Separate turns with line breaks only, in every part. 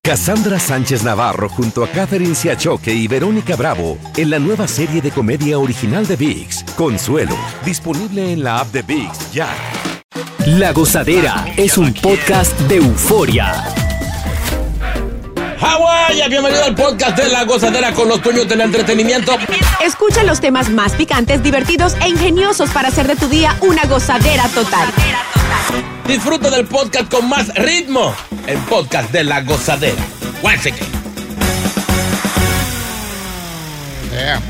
Cassandra Sánchez Navarro junto a Catherine Siachoque y Verónica Bravo en la nueva serie de comedia original de VIX, Consuelo, disponible en la app de VIX ya.
La Gozadera es un podcast de euforia.
Hawái, bienvenido al podcast de La Gozadera con los puños del entretenimiento.
Escucha los temas más picantes, divertidos e ingeniosos para hacer de tu día una gozadera total.
Disfruta del podcast con más ritmo. El podcast de La Gozadera. Guáseque.
Yeah.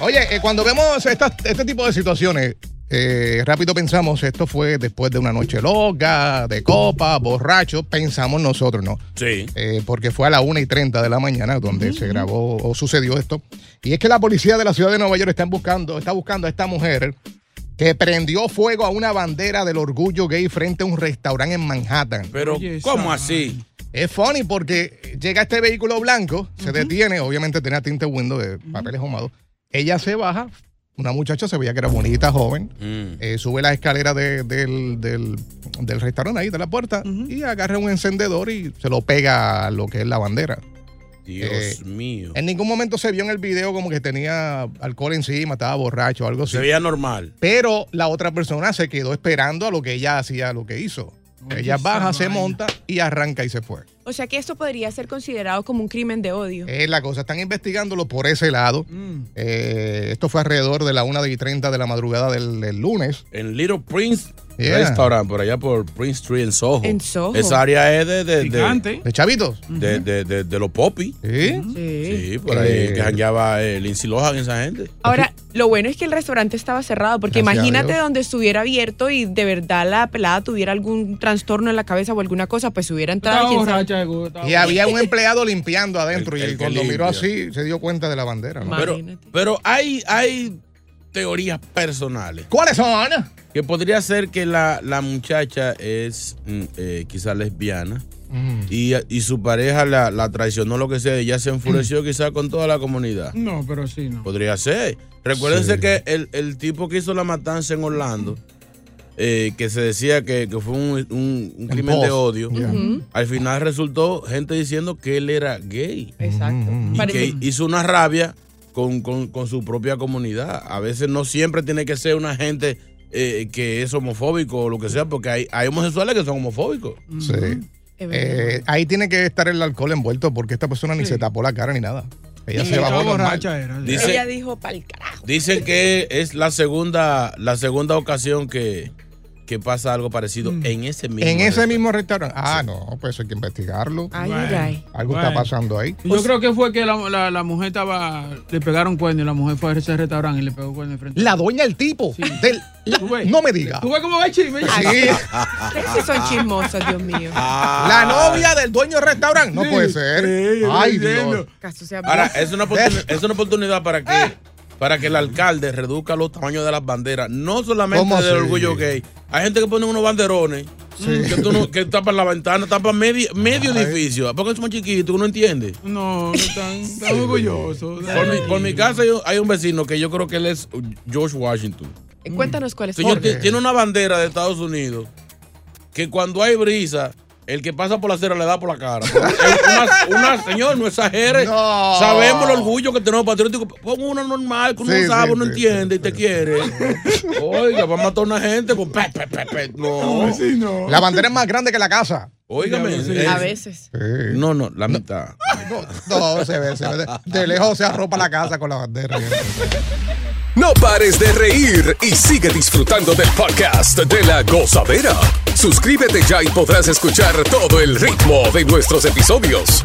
Oye, eh, cuando vemos estas- este tipo de situaciones, eh, rápido pensamos, esto fue después de una noche loca, de copa, borracho, pensamos nosotros, ¿no?
Sí.
Eh, porque fue a la 1 y 30 de la mañana donde se grabó o sucedió esto. Y es que la policía de la ciudad de Nueva York está buscando, está buscando a esta mujer que prendió fuego a una bandera del orgullo gay frente a un restaurante en Manhattan.
Pero, ¿cómo así?
Es funny porque llega este vehículo blanco, se detiene, obviamente tenía tinte window de papeles ahumados. Ella se baja, una muchacha se veía que era bonita, joven,
Mm.
eh, sube la escalera de- del, del- del restaurante ahí, de la puerta, y agarra un encendedor y se lo pega a lo que es la bandera.
Dios
Eh,
mío.
En ningún momento se vio en el video como que tenía alcohol encima, estaba borracho o algo así.
Se veía normal.
Pero la otra persona se quedó esperando a lo que ella hacía, lo que hizo. ella baja, se monta y arranca y se fue.
O sea que esto podría ser considerado como un crimen de odio.
Es Eh, la cosa, están investigándolo por ese lado.
Mm.
Eh, esto fue alrededor de la 1 y 30 de la madrugada del, del lunes.
En Little Prince
Yeah.
Restaurant, por allá por Prince Street en Soho.
En Soho.
Esa área es de, de, de,
¿De chavitos?
de- de- de- de los popis.
Sí.
Mm-hmm.
Sí, por ahí
Eh.
que jangueaba eh, Lindsay Lohan, esa gente.
Ahora, lo bueno es que el restaurante estaba cerrado, porque
Gracias a
imagínate
Dios.
donde estuviera abierto y de verdad la pelada tuviera algún trastorno en la cabeza o alguna cosa, pues hubiera entrado. quién sabe.
Y había un empleado limpiando adentro
El-
y
el que
cuando miró
limpia.
así se dio cuenta de la bandera. ¿no?
Ma-
Pero,
Imagínate.
pero hay, hay teorías personales.
¿Cuáles son?
Que podría ser que la, la muchacha es mm, eh, quizá lesbiana
Mm-hmm.
y, y su pareja la, la traicionó, lo que sea, ella se enfureció quizá con toda la comunidad.
No, pero sí,
Pues
no.
Podría ser. Recuérdense que el, el tipo que hizo la matanza en Orlando, eh, que se decía que, que fue un, un- un crimen
Paz.
de odio,
Yeah.
al final resultó gente diciendo que él era gay
Exacto.
y
Parece-
que hizo una rabia con, con- con su propia comunidad. A veces no siempre tiene que ser una gente eh, que es homofóbico o lo que sea, porque hay, hay homosexuales que son homofóbicos.
Mm-hmm.
Sí.
es verdad.
Eh, ahí tiene que estar el alcohol envuelto porque esta persona ni se tapó la cara ni nada. Ella se
Estaba
bajó normal.
borracha era.
Dice-
Ella dijo pa'l carajo.
Dicen que es la segunda, la segunda ocasión que, que pasa algo parecido en ese mismo.
En ese
restaurante.
mismo restaurante. Ah, no, pues hay que investigarlo.
Ay, ay,
Bueno.
ay.
Algo
Ah. Bueno.
está pasando ahí.
Yo creo que fue que la, la- la mujer estaba. Le pegaron cuerno y la mujer fue a ese restaurante y le pegó cuerno de frente.
La doña del tipo. del- la-
Tú ves.
no me digas.
¿Tú ves cómo va el chisme?
Sí.
Ustedes sí son chismosos, Dios mío.
Ah,
La novia del dueño del restaurante. No
Sí,
puede ser.
sí, yo
Ay,
estoy
Dios.
diciendo.
Caso sea
Ahora, es una, oportuni- es una oportunidad para
Eh.
que, para que el alcalde reduzca los tamaños de las banderas, no solamente
¿Cómo
del
así?
orgullo gay. Hay gente que pone unos banderones mm, que, tú no- que tapan la ventana, tapan medio, medio edificio. Porque es muy chiquito, uno entiende.
No, no están, están orgullosos.
Por mi, por mi casa hay un, hay un vecino que yo creo que él es George Washington.
bien. Eh, Cuéntanos cuáles
Señor,
son.
ti- tiene una bandera de Estados Unidos que cuando hay brisa, el que pasa por la acera le da por la cara. Es una, una- señor, no exagere.
No.
Sabemos el orgullo que tenemos patriótico. Pon una normal, que uno
Sí,
no sabe,
sí,
uno
sí,
entiende y
sí,
te
sí.
quiere. Oiga, va a matar a una gente con pe, pe, pe, pe. No.
Sí, no.
La bandera es más grande que la casa.
Óigame.
Sí.
eh,
A veces.
No, no, la mitad.
No, no, se ve, se ve. De, de lejos se arropa la casa con la bandera.
No pares de reír y sigue disfrutando del podcast de la gozadera. Suscríbete ya y podrás escuchar todo el ritmo de nuestros episodios.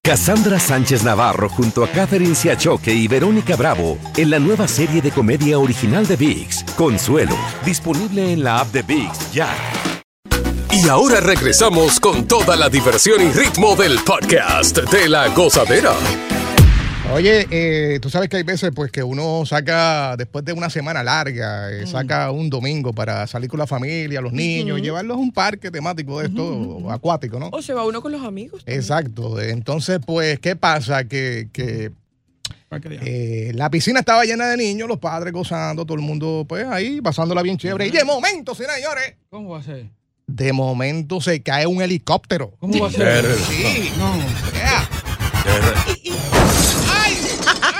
Cassandra Sánchez Navarro junto a Catherine Siachoque y Verónica Bravo en la nueva serie de comedia original de VIX, Consuelo, disponible en la app de VIX ya.
Y ahora regresamos con toda la diversión y ritmo del podcast de la gozadera.
Oye, eh, tú sabes que hay veces pues que uno saca, después de una semana larga, eh, saca un domingo para salir con la familia, los niños, y llevarlos a un parque temático de esto, acuático, ¿no?
O se va uno con los amigos.
Eh,
Exacto. Entonces, pues, ¿qué pasa? Que, que
¿Para qué diablo?
eh, la piscina estaba llena de niños, los padres gozando, todo el mundo, pues, ahí, pasándola bien chévere. Y de momento, señores,
¿Cómo va a ser?
de momento se cae un helicóptero.
¿Cómo va a ser?
Sí.
No.
Yeah.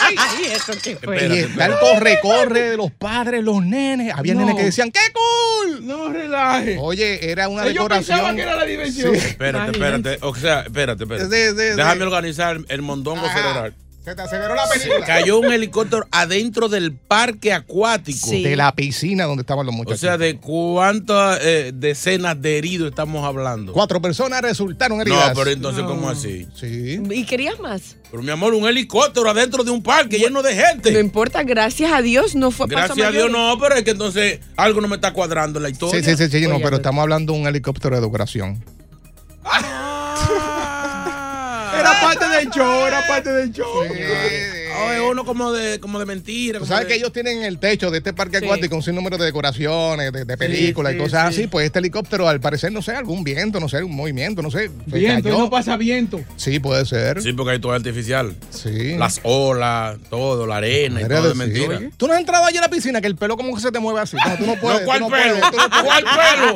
Ay, eso qué fue.
Y está el corre-corre de los padres, los nenes. Había
No.
nenes que decían, ¡qué cool!
No relaje.
Oye, era una
Yo pensaba
decoración.
que era la diversión.
Sí.
Espérate, espérate. O sea, espérate, espérate.
Sí, sí, sí.
Déjame organizar el mondongo
Ajá.
cerebral.
Se te aceleró la película.
Cayó un helicóptero adentro del parque acuático.
Sí.
De la piscina donde estaban los
O
muchachos.
sea, ¿de cuántas eh, decenas de heridos estamos hablando?
Cuatro personas resultaron
No,
heridas.
pero entonces, ¿cómo así?
Sí.
¿Y querías más?
Pero mi amor, un helicóptero adentro de un parque lleno de gente.
No importa, gracias a Dios no fue paso
Gracias a Dios,
mayores.
no, pero es que entonces algo no me está cuadrando en la historia.
Sí, sí, sí, sí, no,
Oye,
pero
pero-
estamos hablando de un helicóptero de decoración.
Ah,
Era parte del show, era parte del show.
ah, es uno como de, como de mentira.
Tú
como
sabes
de-
que ellos tienen en el techo de este parque
Sí.
acuático un sinnúmero de decoraciones, de, de películas y
sí,
cosas
sí.
así. Pues este helicóptero, al parecer, no sé, algún viento, no sé, un movimiento, no sé. se
Viento,
cayó.
no pasa viento.
Sí, puede ser. Sí.
Sí, porque hay todo artificial. Las olas, todo, la arena y
Era
todo de
de-
mentira.
sí. Tú no has entrado ayer a la piscina, que el pelo como que se te mueve así. No, tú no puedes.
No,
tú
¿cuál
no
pelo?
puedes, tú no puedes.
¿Cuál pelo?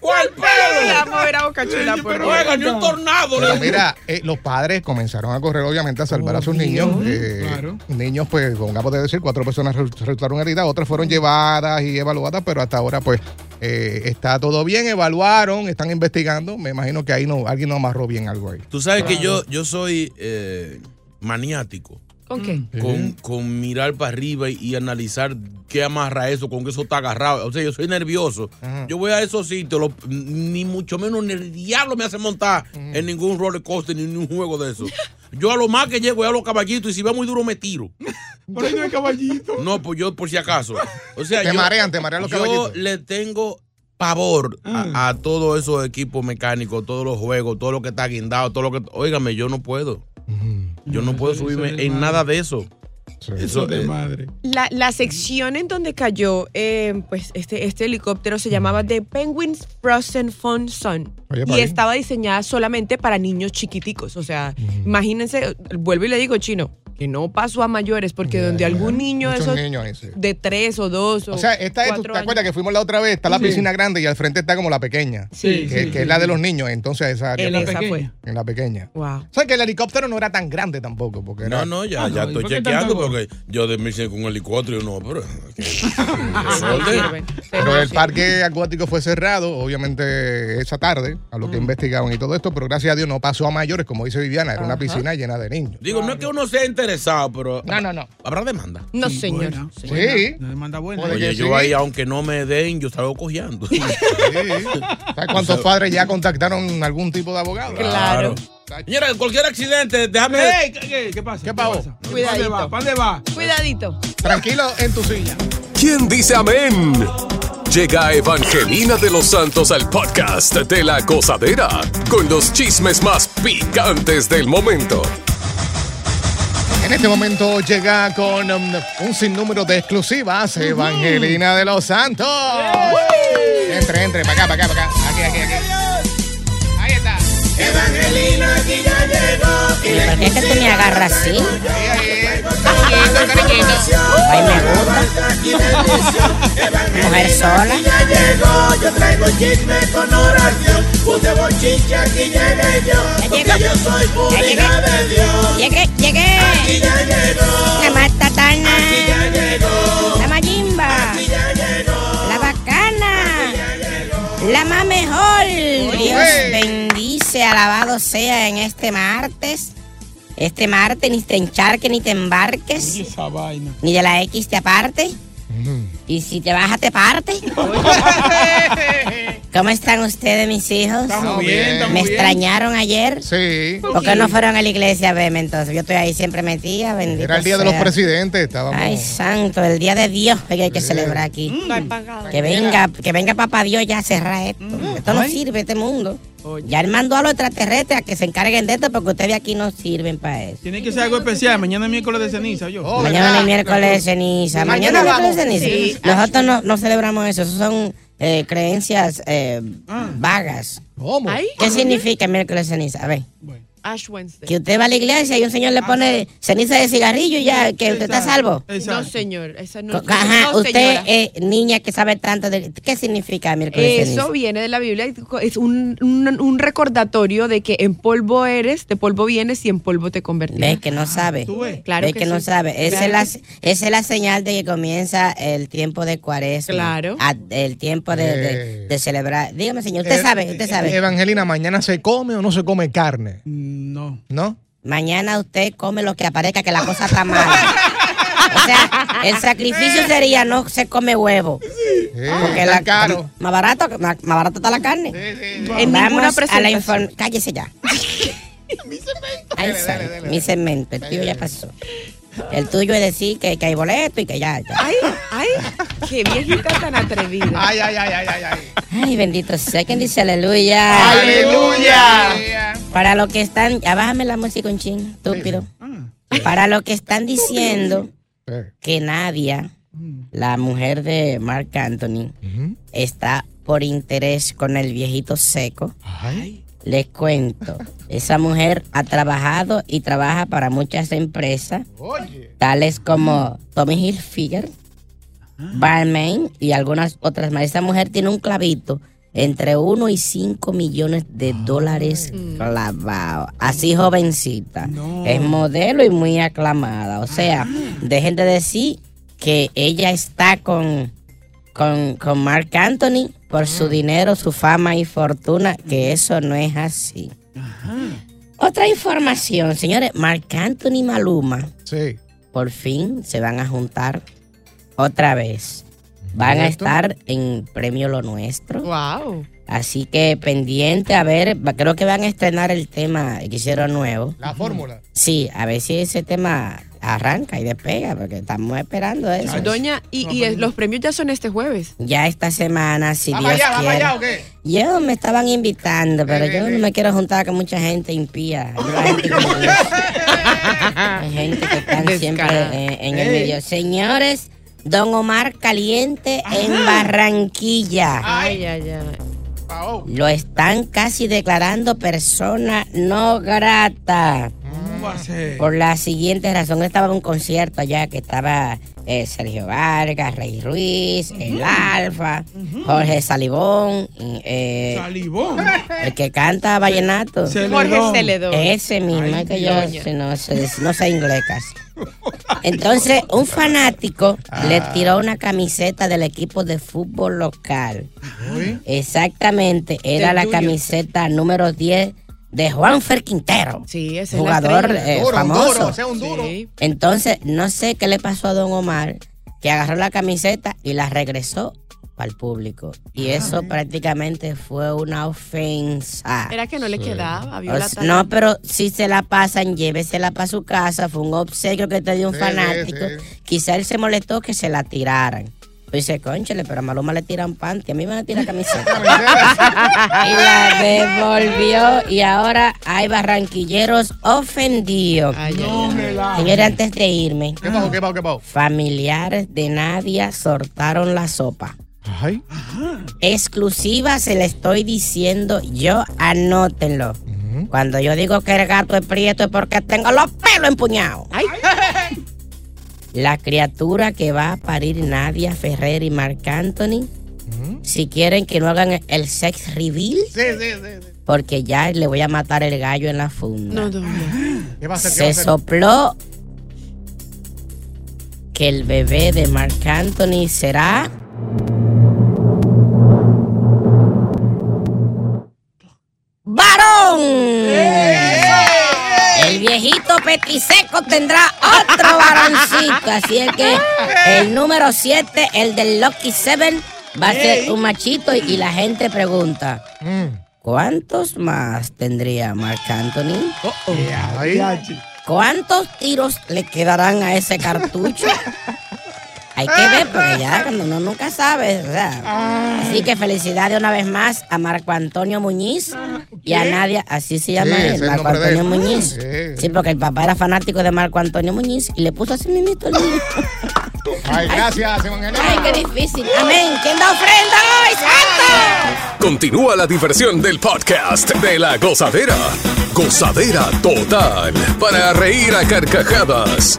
¿Cuál
Pero la
pelo?
mujer a boca chula, por
Pero
Dios.
oiga, ni un tornado.
Pero
¿no?
mira, eh, los padres comenzaron a correr, obviamente, a salvar
Oh,
a sus niños. Eh,
Claro.
Niños, pues, pongamos de decir, cuatro personas re- resultaron heridas, otras fueron llevadas y evaluadas, pero hasta ahora, pues, eh, está todo bien, evaluaron, están investigando. Me imagino que ahí no, alguien no amarró bien algo ahí.
Tú sabes que yo, yo soy eh, maniático.
¿Con qué?
Con, con mirar para arriba y, y analizar qué amarra eso, con qué eso está agarrado. O sea, yo soy nervioso.
Ajá.
Yo voy a esos sitios, lo- ni mucho menos ni el diablo me hace montar en ningún roller coaster ni en un juego de eso. Yo a lo más que llego es a los caballitos y si va muy duro me tiro.
Por ahí no hay caballito.
No, pues yo por si acaso. O sea,
Te
yo,
marean, te marean los
yo
caballitos.
le tengo pavor a, a todos esos equipos mecánicos, todos los juegos, todo lo que está guindado, todo lo que... Óigame, yo no puedo. Yo no puedo
Eso- eso
subirme
es
en
malo.
nada de eso.
Sí.
Eso
de
eh,
madre.
La, la sección en donde cayó eh, pues este, este helicóptero se llamaba The Penguins Frozen Fun Sun
Oye,
y
Pari.
estaba diseñada solamente para niños chiquiticos. O sea, imagínense, vuelvo y le digo, chino, que no pasó a mayores, porque
Ya,
donde
ya.
algún niño de
Muchos
esos
niños ahí, sí.
de tres o dos o,
O sea, esta es, ¿tú
cuatro
¿te acuerdas
años,
que fuimos la otra vez? Está la
Sí.
piscina grande y al frente está como la pequeña,
Sí,
que, que es la de los niños, entonces esa área, pues,
en
la
en
esa
pequeña.
fue.
la, pequeña.
Wow.
O sea, que el helicóptero no era tan grande tampoco, porque era...
No, no, ya,
Ah,
ya
no, ¿y
estoy
por qué
chequeando
tanta
porque yo de mí con un helicóptero y no, pero. eh,
Ajá, sirven.
Pero el
Sí.
parque acuático fue cerrado, obviamente, esa tarde, a lo que investigaban y todo esto, pero gracias a Dios no pasó a mayores, como dice Viviana, era una piscina llena de niños.
Digo, no es que uno sea interesado, pero.
No, no, no.
Habrá demanda.
No, señor.
Buena,
Sí.
buena. Una demanda buena.
Oye,
Oye,
que
yo
sí.
ahí, aunque no me den, yo estaba cojeando.
¿Sabes cuántos padres ya contactaron algún tipo de abogado?
Claro.
Señora, cualquier accidente, déjame.
Ey, ¿qué- qué, qué pasa?
¿Qué pavo?
¿Para dónde
Cuidadito.
va? ¿Para dónde va?
Cuidadito.
Tranquilo en tu silla.
¿Quién dice amén? Llega Evangelina de los Santos al podcast de la gozadera con los chismes más picantes del momento.
En este momento llega con um, un sinnúmero de exclusivas Evangelina de los Santos. Entre, entre, para acá, para acá, para acá. Aquí, aquí, aquí. Ahí está.
¿Por qué es que Este tú me agarras así?
Ahí, ahí. Cariñito, cariñito.
Ay, me gusta. Mujer sola.
Ya llegó, yo traigo chisme con oración. Un debo chisme
Dice aquí llegué yo, porque yo soy pública de Dios. Llegué, llegué. Aquí ya llegó. La matatana. Aquí ya llegó. La mayimba. Aquí ya llegó. La bacana. La más mejor. Dios bendice, alabado sea en este martes. Este martes ni te encharques ni te embarques.
Esa vaina.
Ni de la X te aparte. Y si te bajas, te parte. ¿Cómo están ustedes, mis hijos?
Estamos bien, estamos
¿Me
bien.
extrañaron ayer?
Sí.
¿Por qué no fueron a la iglesia a verme entonces? Yo estoy ahí siempre metida, bendito
Era el día de
sea.
los presidentes, estábamos.
Ay, santo, el día de Dios que hay que celebrar aquí.
Mm.
Que venga, que venga papá Dios ya a cerrar esto.
Mm,
Esto no sirve, este mundo. Ya él mandó a los extraterrestres a que se encarguen de esto porque ustedes aquí no sirven para eso.
Tiene que ser algo especial. Mañana es miércoles de ceniza, yo.
Oh.
Mañana es miércoles de ceniza. Mañana es miércoles de ceniza. Nosotros no, no celebramos eso. Eso son eh, creencias eh,
Ah.
vagas.
¿Cómo?
Ay.
¿Qué significa miércoles de ceniza? A ver.
Ash Wednesday.
Que usted va a la iglesia y un señor
Ah.
le pone ceniza de cigarrillo y ya, que usted está salvo.
No, señor. Esa no,
Ajá,
no,
usted
señora.
es niña que sabe tanto de... ¿Qué significa miércoles de ceniza?
Eso viene de la Biblia, es un, un- un recordatorio de que en polvo eres, de polvo vienes y en polvo te convertirás.
Ve que no sabe.
ves.
Claro
Ve
que
que, no
sí.
sabe.
Claro
Esa, es la, esa es la señal de que comienza el tiempo de cuaresma.
Claro.
A- el tiempo de, de- de celebrar. Dígame, señor, usted
eh,
sabe, usted Eh, sabe.
Evangelina, ¿mañana se come o no se come carne?
Mm, No.
¿No?
Ah, Mañana usted come lo que aparezca, que la cosa está mala. O sea, el sacrificio sería no se come huevo. Porque
está
la,
Eh, caro.
Más barato, más más barato está la carne.
En ninguna
Vamos a la
presentación.
inform- Cállese ya. Ay, santo, Mi segmento, el tuyo ya pasó. El tuyo es decir que, que hay boleto y que ya, ya.
Ay, ay, qué viejita tan atrevida.
Ay, ay, ay, ay, ay, ay.
Ay, bendito sea quien dice aleluya.
¡Aleluya!
Para lo que están, ya bájame la música un ching, estúpido. Para lo que están diciendo
Eh,
que Nadia, la mujer de Mark Anthony, está por interés con el viejito seco.
Ay.
Les cuento, esa mujer ha trabajado y trabaja para muchas empresas,
Oye.
tales como Tommy Hilfiger, Balmain y algunas otras más. Esa mujer tiene un clavito entre 1 y 5 millones de dólares clavado. Así jovencita. Es modelo y muy aclamada. O sea, dejen de decir que ella está con, con, con Mark Anthony por su dinero, su fama y fortuna, que eso no es así. Otra información, señores, Mark Anthony y Maluma
Sí.
por fin se van a juntar otra vez. Van a
¿Cierto?
estar en Premio Lo Nuestro.
Wow.
Así que pendiente, a ver, va- creo que van a estrenar el tema que hicieron nuevo.
La fórmula.
Sí, a ver si ese tema arranca y despega, porque estamos esperando eso.
Doña, y, y es- los premios ya son este jueves.
Ya esta semana, si
¿Vamos
Dios
allá, vamos allá o
quiere.
qué?
Yo me estaban invitando, pero yo no me quiero juntar con mucha gente impía. Hay gente que- hay gente que están siempre
Descarada.
eh, en, el medio. Señores, Don Omar Caliente en Barranquilla.
Ay, ay, ay.
Pao.
Lo están casi declarando persona no grata.
¿Cómo va a ser?
Por la siguiente razón, estaba en un concierto allá que estaba eh, Sergio Vargas, Rey Ruiz, el Alfa, Jorge Salivón, eh,
Salivón.
el que canta vallenato.
Jorge
Celedón.
Celedón.
Ese mismo, es que yo si no sé, no sé inglés casi. Entonces, un fanático le
Ah.
tiró una camiseta del equipo de fútbol local. Exactamente, era
Del
la
Junior.
camiseta número 10 de Juanfer Quintero,
Sí, ese es la
jugador
estrella.
eh,
Duro, un
famoso.
duro, sea un duro.
Sí.
Entonces, no sé qué le pasó a Don Omar, que agarró la camiseta y la regresó al público. Y
Ah.
eso prácticamente fue una ofensa.
Era que no le quedaba, vio
O
la
s-
talla.
no, pero si se la pasan, llévesela para su casa. Fue un obsequio que te dio un
Sí,
fanático.
sí,
Quizá él se molestó que se la tiraran. Pues dice, conchale, pero a Maluma le tiran panty, a mí me van a tirar camiseta. y la devolvió. Y ahora hay barranquilleros ofendidos.
Ay, ay,
No me la.
Señores, antes de irme,
¿Qué pasó? ¿Qué pasó? ¿Qué pasó?
familiares de Nadia sortaron la sopa.
Ay.
Exclusiva se le estoy diciendo yo, anótenlo. Cuando yo digo que el gato es prieto es porque tengo los pelos empuñados.
ay.
La criatura que va a parir Nadia Ferrer y Marc Anthony si quieren que no hagan el sex reveal, porque ya le voy a matar el gallo en la funda.
No, no, no.
¿Qué va a hacer? ¿Qué va a
Se
hacer?
sopló que el bebé de Marc Anthony será. ¡Varón! El viejito petiseco tendrá otro varoncito. Así es que el número 7, el del Lucky 7, va a ser un machito. Y la gente pregunta: ¿Cuántos más tendría Marc Anthony? ¿Cuántos tiros le quedarán a ese cartucho? Hay que ver, porque ya cuando uno nunca sabe. o sea. Así que felicidades una vez más a Marco Antonio Muñiz y a
¿Qué?
Nadia, así se llama
Sí,
él,
ese es el
Marco
nombre de
Antonio
él.
Muñiz.
Sí.
Sí, porque el papá era fanático de Marco Antonio Muñiz y le puso así mismito el niño.
Ay, gracias,
Ay, qué difícil. Amén. ¿Quién da ofrenda hoy, santo?
Continúa la diversión del podcast de la gozadera. Gozadera total. Para reír a carcajadas.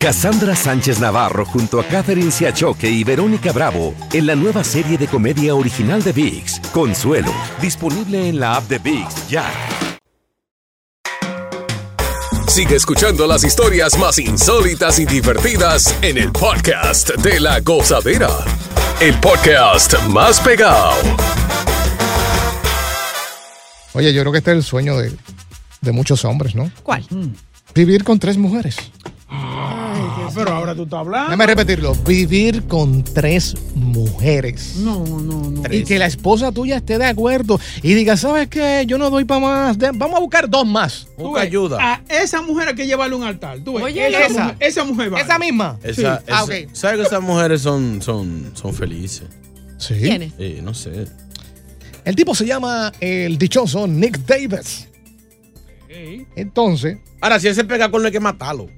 Cassandra Sánchez Navarro junto a Catherine Siachoque y Verónica Bravo en la nueva serie de comedia original de VIX, Consuelo, disponible en la app de VIX ya.
Sigue escuchando las historias más insólitas y divertidas en el podcast de la gozadera. El podcast más pegado.
Oye, yo creo que este es el sueño de, de muchos hombres, ¿no?
¿Cuál?
Vivir con tres mujeres.
Ah, Pero ahora tú estás
Ah.
hablando.
Déjame repetirlo. Vivir con tres mujeres.
No, no, no.
Y que la esposa tuya esté de acuerdo y diga, ¿sabes qué? Yo no doy para más. De- Vamos a buscar dos más.
Tú
Busca
ves, Ah,
ayuda.
A esa mujer hay que llevarle un altar. Tú ves,
Oye,
esa,
esa.
mujer, esa mujer vale.
Esa misma.
Esa,
Sí. Ah,
esa-
ok.
¿Sabes que esas mujeres son, son, son felices?
Sí.
¿Quién es?
Sí, no sé.
El tipo se llama el dichoso Nick Davis.
Ey,
Entonces,
Ahora, si ese pega con lo hay que matarlo.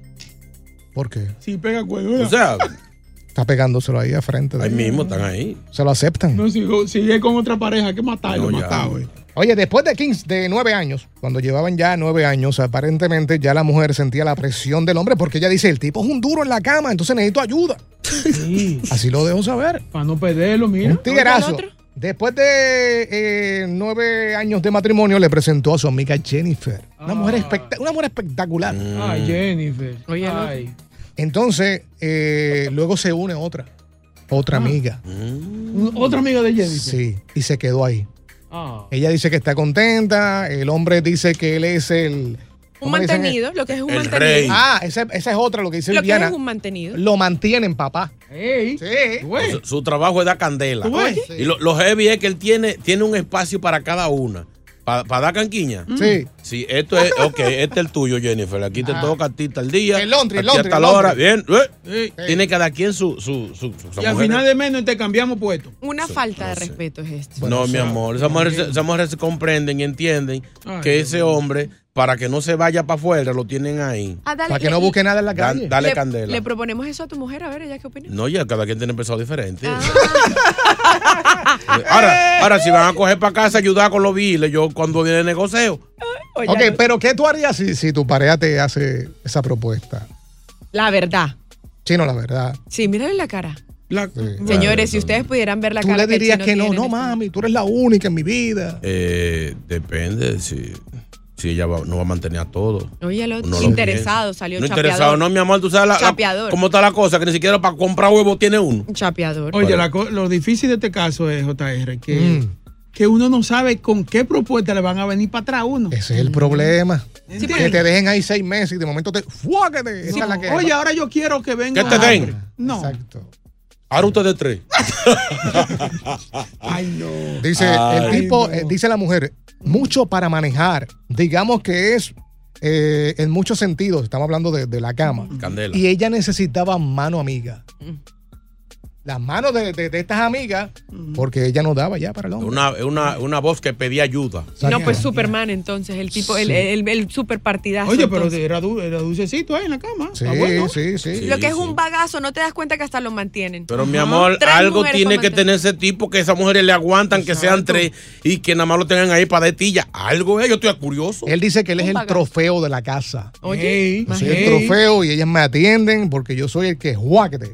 ¿por qué?
Sí, pega cuerda.
O sea,
Está pegándoselo ahí a frente. de-
ahí mismo están ahí.
Se lo aceptan.
no, si, si es con otra pareja, hay que matarlo,
No, ya.
matarlo. eh.
Oye, después de 15, de nueve años, cuando llevaban ya nueve años, aparentemente ya la mujer sentía la presión del hombre porque ella dice, el tipo es un duro en la cama, entonces necesito ayuda.
Sí,
Así lo dejó saber.
para no perderlo, mira.
Un tiguerazo. Después de eh, nueve años de matrimonio, le presentó a su amiga Jennifer. Una,
Ah.
mujer, especta- una mujer espectacular.
Ay, Jennifer.
Oye, no.
Ay.
Entonces, eh, luego se une otra,
Ah.
otra amiga.
Un- Otra amiga de Jennifer.
Sí, y se quedó ahí.
Ah.
Ella dice que está contenta, el hombre dice que él es el...
Un
¿cómo le dicen?
mantenido, lo que es un
El
mantenido.
rey.
Ah, esa, esa es otra, lo que dice
Lo que
Viviana.
es un mantenido.
Lo mantienen, papá.
Ey.
Sí.
Güey.
Su, su trabajo es dar candela.
¿Tú ves?
Y lo, lo heavy es que él tiene, tiene un espacio para cada una. Para dar canquiña.
Sí.
Sí, esto es, ok, este es el tuyo, Jennifer. Aquí te
Ah.
toca a ti tal día.
El Londres,
a
el
ti a
Londres,
tal
el
hora. Bien. eh,
Sí.
Tiene cada quien su. su, su, su- su
Y al
mujer.
final de menos te cambiamos puesto.
Una
Sí,
falta de
no sé.
respeto es esto.
no, mi amor. Esas mujeres, esas mujeres se comprenden y entienden
Ay,
que
Dios
ese hombre, para que no se vaya para afuera, lo tienen ahí.
Ah, dale,
Para que
le-
no busque nada en la
Dan-
calle.
dale
le-
candela.
Le proponemos eso a tu mujer, a ver, ella qué opina.
no, ya cada quien tiene empezado diferente.
Ah,
Ahora, ahora, si van a coger para casa, ayudar con los biles, yo cuando viene el negocio.
o ya
Ok,
no.
pero ¿qué tú harías si, si tu pareja te hace esa propuesta?
La verdad.
Chino, la verdad.
Sí, mírale la cara.
La-
Señores, si ustedes pudieran ver la
tú
cara
le dirías
el
que,
chino
no, no,
tiene en este-
mami, tú eres la única en mi vida.
Eh, depende si, si ella va- no va a mantener a todos.
Oye, el
Uno
otro
lo
interesado
piensa.
salió
No
chapeador.
interesado, no, mi amor, tú sabes la- la-
Chapeador.
cómo está la cosa, que ni siquiera para comprar huevo tiene uno.
Chapeador.
Oye, la co- lo difícil de este caso es, JR, que,
Mm.
que uno no sabe con qué propuesta le van a venir para atrás a uno.
Ese es el problema.
Sí,
que
pero-
te dejen ahí seis meses y de momento te. ¡Fuáquete! Esa es la que.
Oye, ahora yo quiero que venga.
¿Qué te
un
den?
hambre. No.
Exacto.
Ahora ustedes tres.
Ay, no.
Dice
Ay,
el tipo,
no.
eh, dice la mujer, mucho para manejar. Digamos que es eh, en muchos sentidos, estamos hablando de, de la cama.
Candela.
Y ella necesitaba mano amiga. Las manos de, de- de estas amigas, porque ella no daba ya para el hombre.
Una, una, una voz que pedía ayuda.
No, pues Superman entonces, el tipo, el,
Sí.
el, el super partidazo.
Oye, pero
entonces.
era, du- era dulcecito ahí en la cama.
Sí,
Está bueno.
sí, sí.
Lo que es un bagazo, no te das cuenta que hasta lo mantienen.
Pero mi amor,
Tres
algo
mujeres
tiene
para
que tener ese tipo que esas mujeres le aguantan, que sean tres y que nada más lo tengan ahí para detilla. Algo es, yo estoy curioso.
Eh,
Él dice que él es el
trofeo.
trofeo de la casa.
Oye,
Yo soy Pues el
ey.
trofeo y ellas me atienden porque yo soy el que juáquete.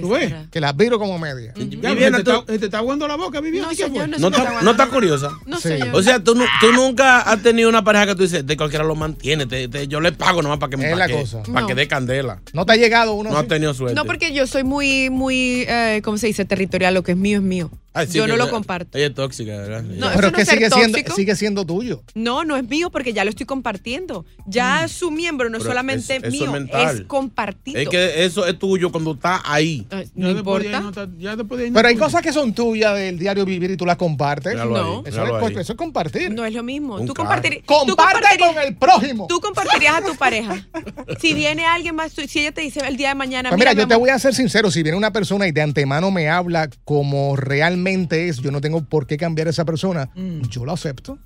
¿Tú ves?
Que las viro como media.
Ya, Viviana, te, está- te está aguando la boca, Viviana. ¿qué fue?
¿No está, no está curiosa?
No, señor.
O sea, tú, nu-
Ah.
tú nunca has tenido una pareja que tú dices, de cualquiera lo mantiene, te- te- yo le pago nomás para que me
Es la
que,
cosa.
Para
No.
que dé candela.
No te ha llegado uno.
No has tenido suerte.
No, porque yo soy muy, muy, eh, ¿cómo se dice? Territorial. Lo que es mío es mío.
Ay, Ah, sí,
yo
que
no lo
ella-
comparto.
Ella es tóxica, ¿verdad?
No,
Ya.
eso
Pero
no
que
es ser
sigue siendo,
tóxico.
sigue siendo tuyo.
No, no es mío porque ya lo estoy compartiendo. Ya su miembro no es
Mm. Pero
solamente
eso- eso es
mío, es,
mental.
compartido.
Es que eso es tuyo cuando está ahí.
Ay,
Ya
no
después de ahí
importa.
no está- ya después de ahí no
Pero hay
está-
cosas que son tuyas del diario vivir y tú las compartes.
Míralo ahí,
Eso,
míralo
es,
ahí.
eso es compartir.
No es lo mismo.
Un
Tú,
carro.
compartir, tú,
Comparte
compartirías,
con el prójimo.
tú compartirías a tu pareja. Si viene alguien más, tú- si ella te dice el día de mañana.
Pues mira, yo
mi
te
amor,
voy a ser sincero, si viene una persona y de antemano me habla como realmente es, yo no tengo por qué cambiar a esa persona,
Mm.
yo lo acepto.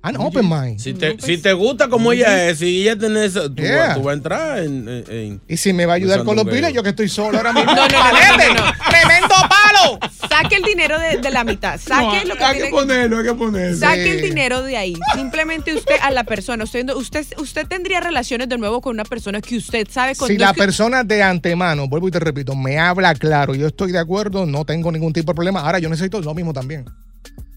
An open mind.
Si
pues
te, si te gusta como ella es, si ella tiene eso, tú,
Yeah.
tú vas a entrar en. en- en-
Y si me va a ayudar con los
Usando un
biles,
dedo.
yo que estoy solo ahora mismo.
No, no, no, no, no, no.
¡Tremendo palo!
Saque el dinero de, de la mitad. Saque
No,
lo que
hay
tiene
que ponerlo, hay que ponerlo.
Saque el
Sí.
dinero de ahí. Simplemente usted a la persona. Usted, usted, usted tendría relaciones de nuevo con una persona que usted sabe con
Si
no es
la
que-
persona de antemano, vuelvo y te repito, me habla claro, yo estoy de acuerdo, no tengo ningún tipo de problema. Ahora yo necesito lo mismo también.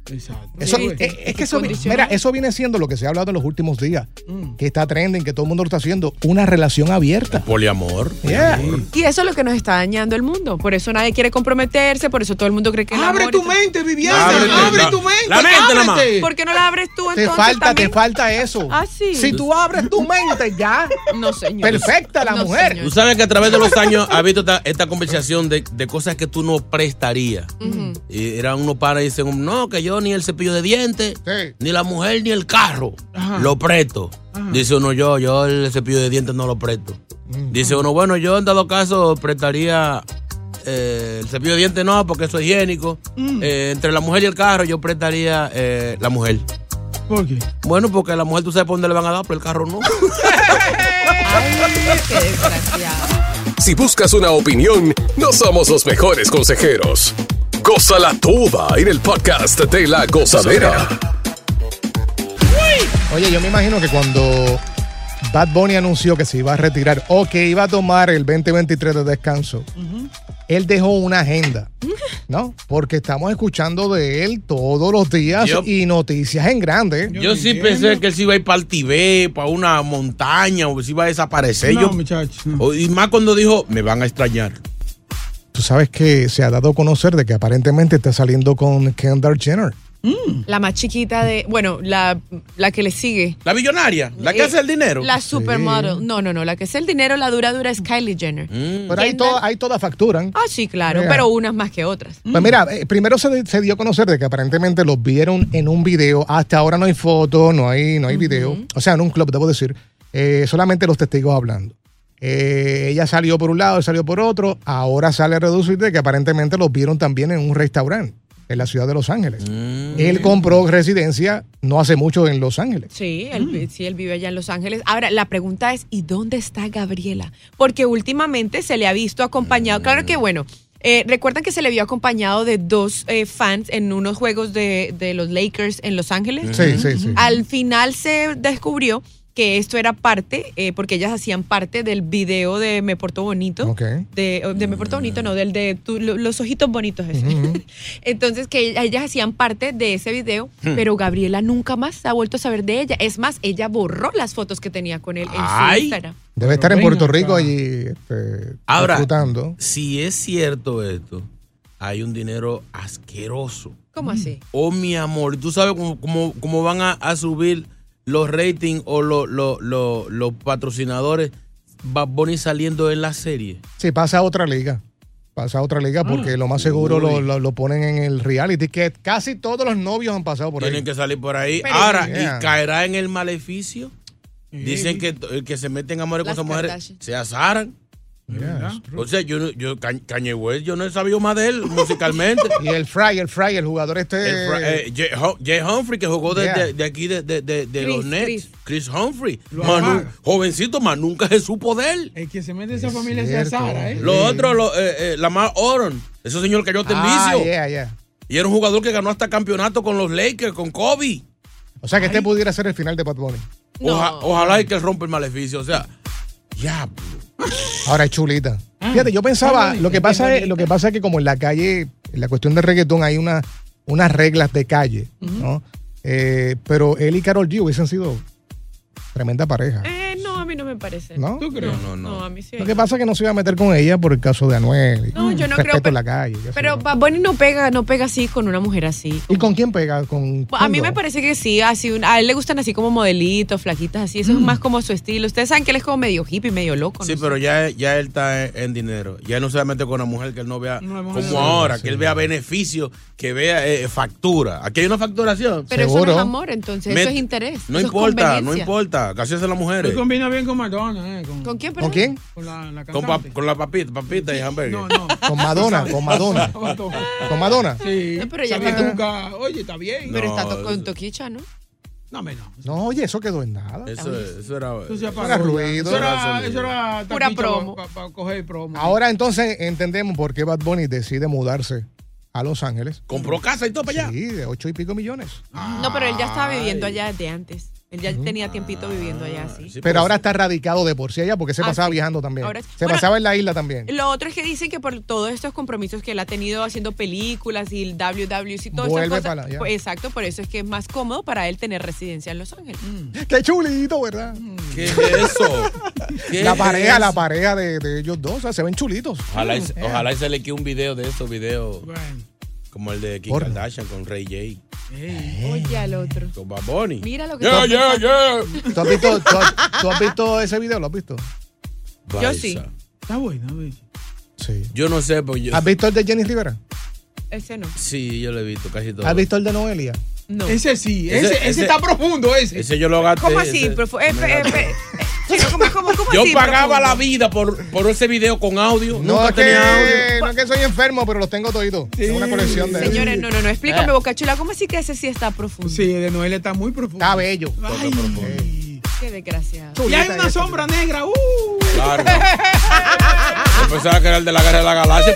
Exacto.
Eso,
Sí, eh,
es, eh, es- es que eso, vi- mira,
condicional.
eso viene siendo lo que se ha hablado en los últimos días,
Mm.
que está trending, que todo el mundo lo está haciendo, una relación abierta.
Poliamor.
Yeah.
Y eso es lo que nos está dañando el mundo. Por eso nadie quiere comprometerse, por eso todo el mundo cree que el
Abre
amor y
tu
todo-
mente, Viviana.
Ábrete,
abre
la-
tu mente.
la mente nomás.
ábrete.
¿Por qué no la abres tú
Te
entonces
falta,
también?
te falta eso.
Ah, sí.
Si tú abres tu mente ya,
No, señor.
perfecta la
No,
mujer.
señor.
Tú sabes que a través de los años ha habido esta, esta conversación de, de cosas que tú no prestarías. Y eran unos pares y dicen, no, que yo ni el cepillo de dientes,
Sí.
ni la mujer, ni el carro
Ajá.
lo presto. Dice uno, yo, yo el cepillo de dientes no lo presto. Dice uno, bueno, yo en dado caso prestaría eh, el cepillo de dientes no, porque eso es higiénico. Eh, entre la mujer y el carro yo prestaría eh, la mujer.
¿Por qué?
Bueno, porque la mujer tú sabes por dónde le van a dar, pero el carro no.
Qué desgraciado.
Si buscas una opinión, no somos los mejores consejeros. Goza la tuba en el podcast de la gozadera.
Oye, yo me imagino que cuando Bad Bunny anunció que se iba a retirar o que iba a tomar el 2023 de descanso, él dejó una agenda, ¿no? Porque estamos escuchando de él todos los días
Yo-
y noticias en grande.
Yo,
Yo te
sí
entiendo.
pensé que él se iba a ir para el Tibet, para una montaña, o se iba a desaparecer.
no,
Yo-
muchacho.
o- y más cuando dijo, me van a extrañar.
Tú sabes que se ha dado a conocer de que aparentemente está saliendo con Kendall Jenner.
La más chiquita de. Bueno, la, la que le sigue.
La billonaria, la que
Eh,
hace el dinero.
La supermodel. No, no, no. La que es el dinero, la dura, dura es Kylie Jenner.
Pero ahí,
Kendall-
to- ahí todas facturan.
Ah, sí, claro.
Mira.
Pero unas más que otras.
Pues mira, eh, primero se, se dio a conocer de que aparentemente los vieron en un video. Hasta ahora no hay foto, no hay, no hay video. O sea, en un club, debo decir. Eh, solamente los testigos hablando. Eh, ella salió por un lado, él salió por otro. Ahora sale a reducir de que aparentemente los vieron también en un restaurante en la ciudad de Los Ángeles. Él compró residencia no hace mucho en Los Ángeles.
Sí él, vi- sí, él vive allá en Los Ángeles. Ahora, la pregunta es, ¿y dónde está Gabriela? Porque últimamente se le ha visto acompañado. Claro que bueno. eh, Recuerdan que se le vio acompañado de dos eh, fans en unos juegos de, de los Lakers en Los Ángeles.
Sí, sí, sí.
Al final se descubrió que esto era parte, eh, porque ellas hacían parte del video de Me Porto Bonito.
Ok.
De, de Me Porto Bonito, no, del de tu- lo- Los Ojitos Bonitos. ese. Entonces, que ella- ellas hacían parte de ese video, pero Gabriela nunca más se ha vuelto a saber de ella. Es más, ella borró las fotos que tenía con él en su
Ay.
Instagram.
Debe estar en
venga
Puerto Rico
acá.
allí este,
Ahora.
disfrutando.
Si es cierto esto, hay un dinero asqueroso.
¿Cómo así?
Oh, mi amor, tú sabes cómo, cómo- cómo van a, a subir los ratings o lo- lo- lo- los patrocinadores. Bad Bunny saliendo en la serie.
Sí, pasa a otra liga. Pasa a otra
Mm.
liga porque lo más seguro lo, lo- lo ponen en el reality, que casi todos los novios han pasado por
Tienen
ahí.
que salir por ahí.
Pero-
Ahora,
Yeah.
¿y caerá en el maleficio? Dicen que t- el que se mete en amores con
Las
esas mujeres
Kardashian.
se azaran. O sea, yo, no- yo, Ka- Kanye West, yo no he sabido más de él musicalmente.
y el Fry, el Fry, el jugador este.
El fra- eh, Jay Hum- Jay Humphrey, que jugó de,
Yeah.
de- de aquí, de, de- de- de los
Chris,
Nets.
Chris.
Chris, Humphrey.
Lo
Más nu-
amaron.
jovencito, más nunca se supo de él.
El que se mete en esa familia es
cierto.
Sara, ¿eh?
Lo otro, lo, eh, eh, Lamar Oron. Ese señor cayó en
Ah,
vicio.
yeah, yeah.
Y era un jugador que ganó hasta campeonato con los Lakers, con Kobe.
O sea, que este pudiera ser el final de Bad Bunny.
Oja- ojalá y que él rompa el maleficio. O sea, ya.
Ahora es chulita.
Mm.
Fíjate, yo pensaba, lo que pasa es, lo que pasa es que como en la calle, en la cuestión de reggaetón hay una, unas reglas de calle, ¿no? Eh, pero él y Carol G hubiesen sido tremenda pareja.
Eh, no, a mí no me parece.
¿No?
¿Tú
crees?
No, a mí sí.
Lo que pasa es que no se iba a meter con ella por el caso de Anuel.
No, yo no
respeto
creo,
en la calle. qué sé
Pero
yo.
Bad Bunny no pega, no pega así con una mujer así.
¿Y con quién pega? ¿Con
A mí
quién
me
no?
parece que sí, así un- a él le gustan así como modelitos, flaquitas así,
Mm.
eso es más como su estilo. Ustedes saben que él es como medio hippie, medio loco.
Sí, pero ya, ya él está en, en dinero. Ya él no se va a meter con una mujer que él no vea como
sí,
ahora, que él vea beneficio, que vea eh, factura. Aquí hay una facturación.
Pero eso no es amor, entonces,
Me-
eso es interés.
No
eso es
importa, no
conveniencia.
importa. Casi hacen las mujeres.
Él combina bien con Madonna, ¿eh? ¿Con,
¿Con quién?
¿Con quién?
Con la, la
Con,
cantante.
pap- con la papita, papita y hamburgues.
No, no.
Con Madonna, con Madonna. ¿Con Madonna?
Sí.
pero ya
Sabía
está-
nunca- Oye, está bien.
Pero está to- con Toquicha, ¿no?
No, menos.
No, oye, eso quedó en nada.
Eso, eso era. eh,
Eso se apagó
Era
ya.
ruido.
Eso era, eso era
Pura
taquito
promo.
pa- pa- pa coger promo.
Ahora entonces entendemos por qué Bad Bunny decide mudarse a Los Ángeles.
Compró casa y todo para allá.
Sí, de ocho y pico millones.
Ah.
No, pero él ya estaba viviendo allá desde antes. Él
Mm.
ya tenía tiempito viviendo allá, sí.
pues,
pero ahora está radicado de por sí allá porque se
Ah,
pasaba
sí.
viajando también.
Ahora es-
se
bueno,
pasaba en la isla también.
Lo otro es que dicen que por todos estos compromisos que él ha tenido haciendo películas y el WWC y todas
Vuelve
esas
para
cosas.
allá.
pues, exacto, por eso es que es más cómodo para él tener residencia en Los Ángeles.
Qué chulito, ¿verdad?
¿Qué es eso? ¿Qué
La
es
pareja,
eso?
la pareja de, de ellos dos, o sea, se ven chulitos.
Ojalá y,
Eh,
ojalá y se le quede un video de esos videos. Como el de Kim
Porno.
Kardashian con Ray J.
Mm.
Oye al otro.
Con Baboni.
Mira lo que
Yeah,
está
yeah, yeah.
¿Tú has, visto, tú has- tú has visto ese video? ¿Lo has visto?
Yo sí.
Baisa.
Está buena, bicho.
Sí.
Yo no sé, porque yo.
¿Has visto el de Jenny Rivera?
Ese no.
Sí, yo lo he visto casi todo.
¿Has visto el de Noelia?
No.
Ese sí, ese,
Ese-
ese,
ese-
está profundo, ese.
Ese yo lo gasté.
¿Cómo así?
ese-
profu- eh, eh, eh, eh, chico, ¿Cómo, cómo- cómo
Yo
así,
pagaba
profundo?
la vida por, por ese video con audio.
No,
Nunca
es que,
tenía audio.
no es que soy enfermo, pero los tengo toditos. Tengo una colección de
Señores, no, no, no.
Eh.
Explícame, Boca Chula, ¿cómo así que ese sí está profundo?
Sí, de Noel está muy profundo.
Está bello.
Ay,
Qué desgraciado.
y hay
Chulita
una
esa.
sombra negra. ¡Uh!
Claro. Yo pensaba que era el de la guerra de la galaxia.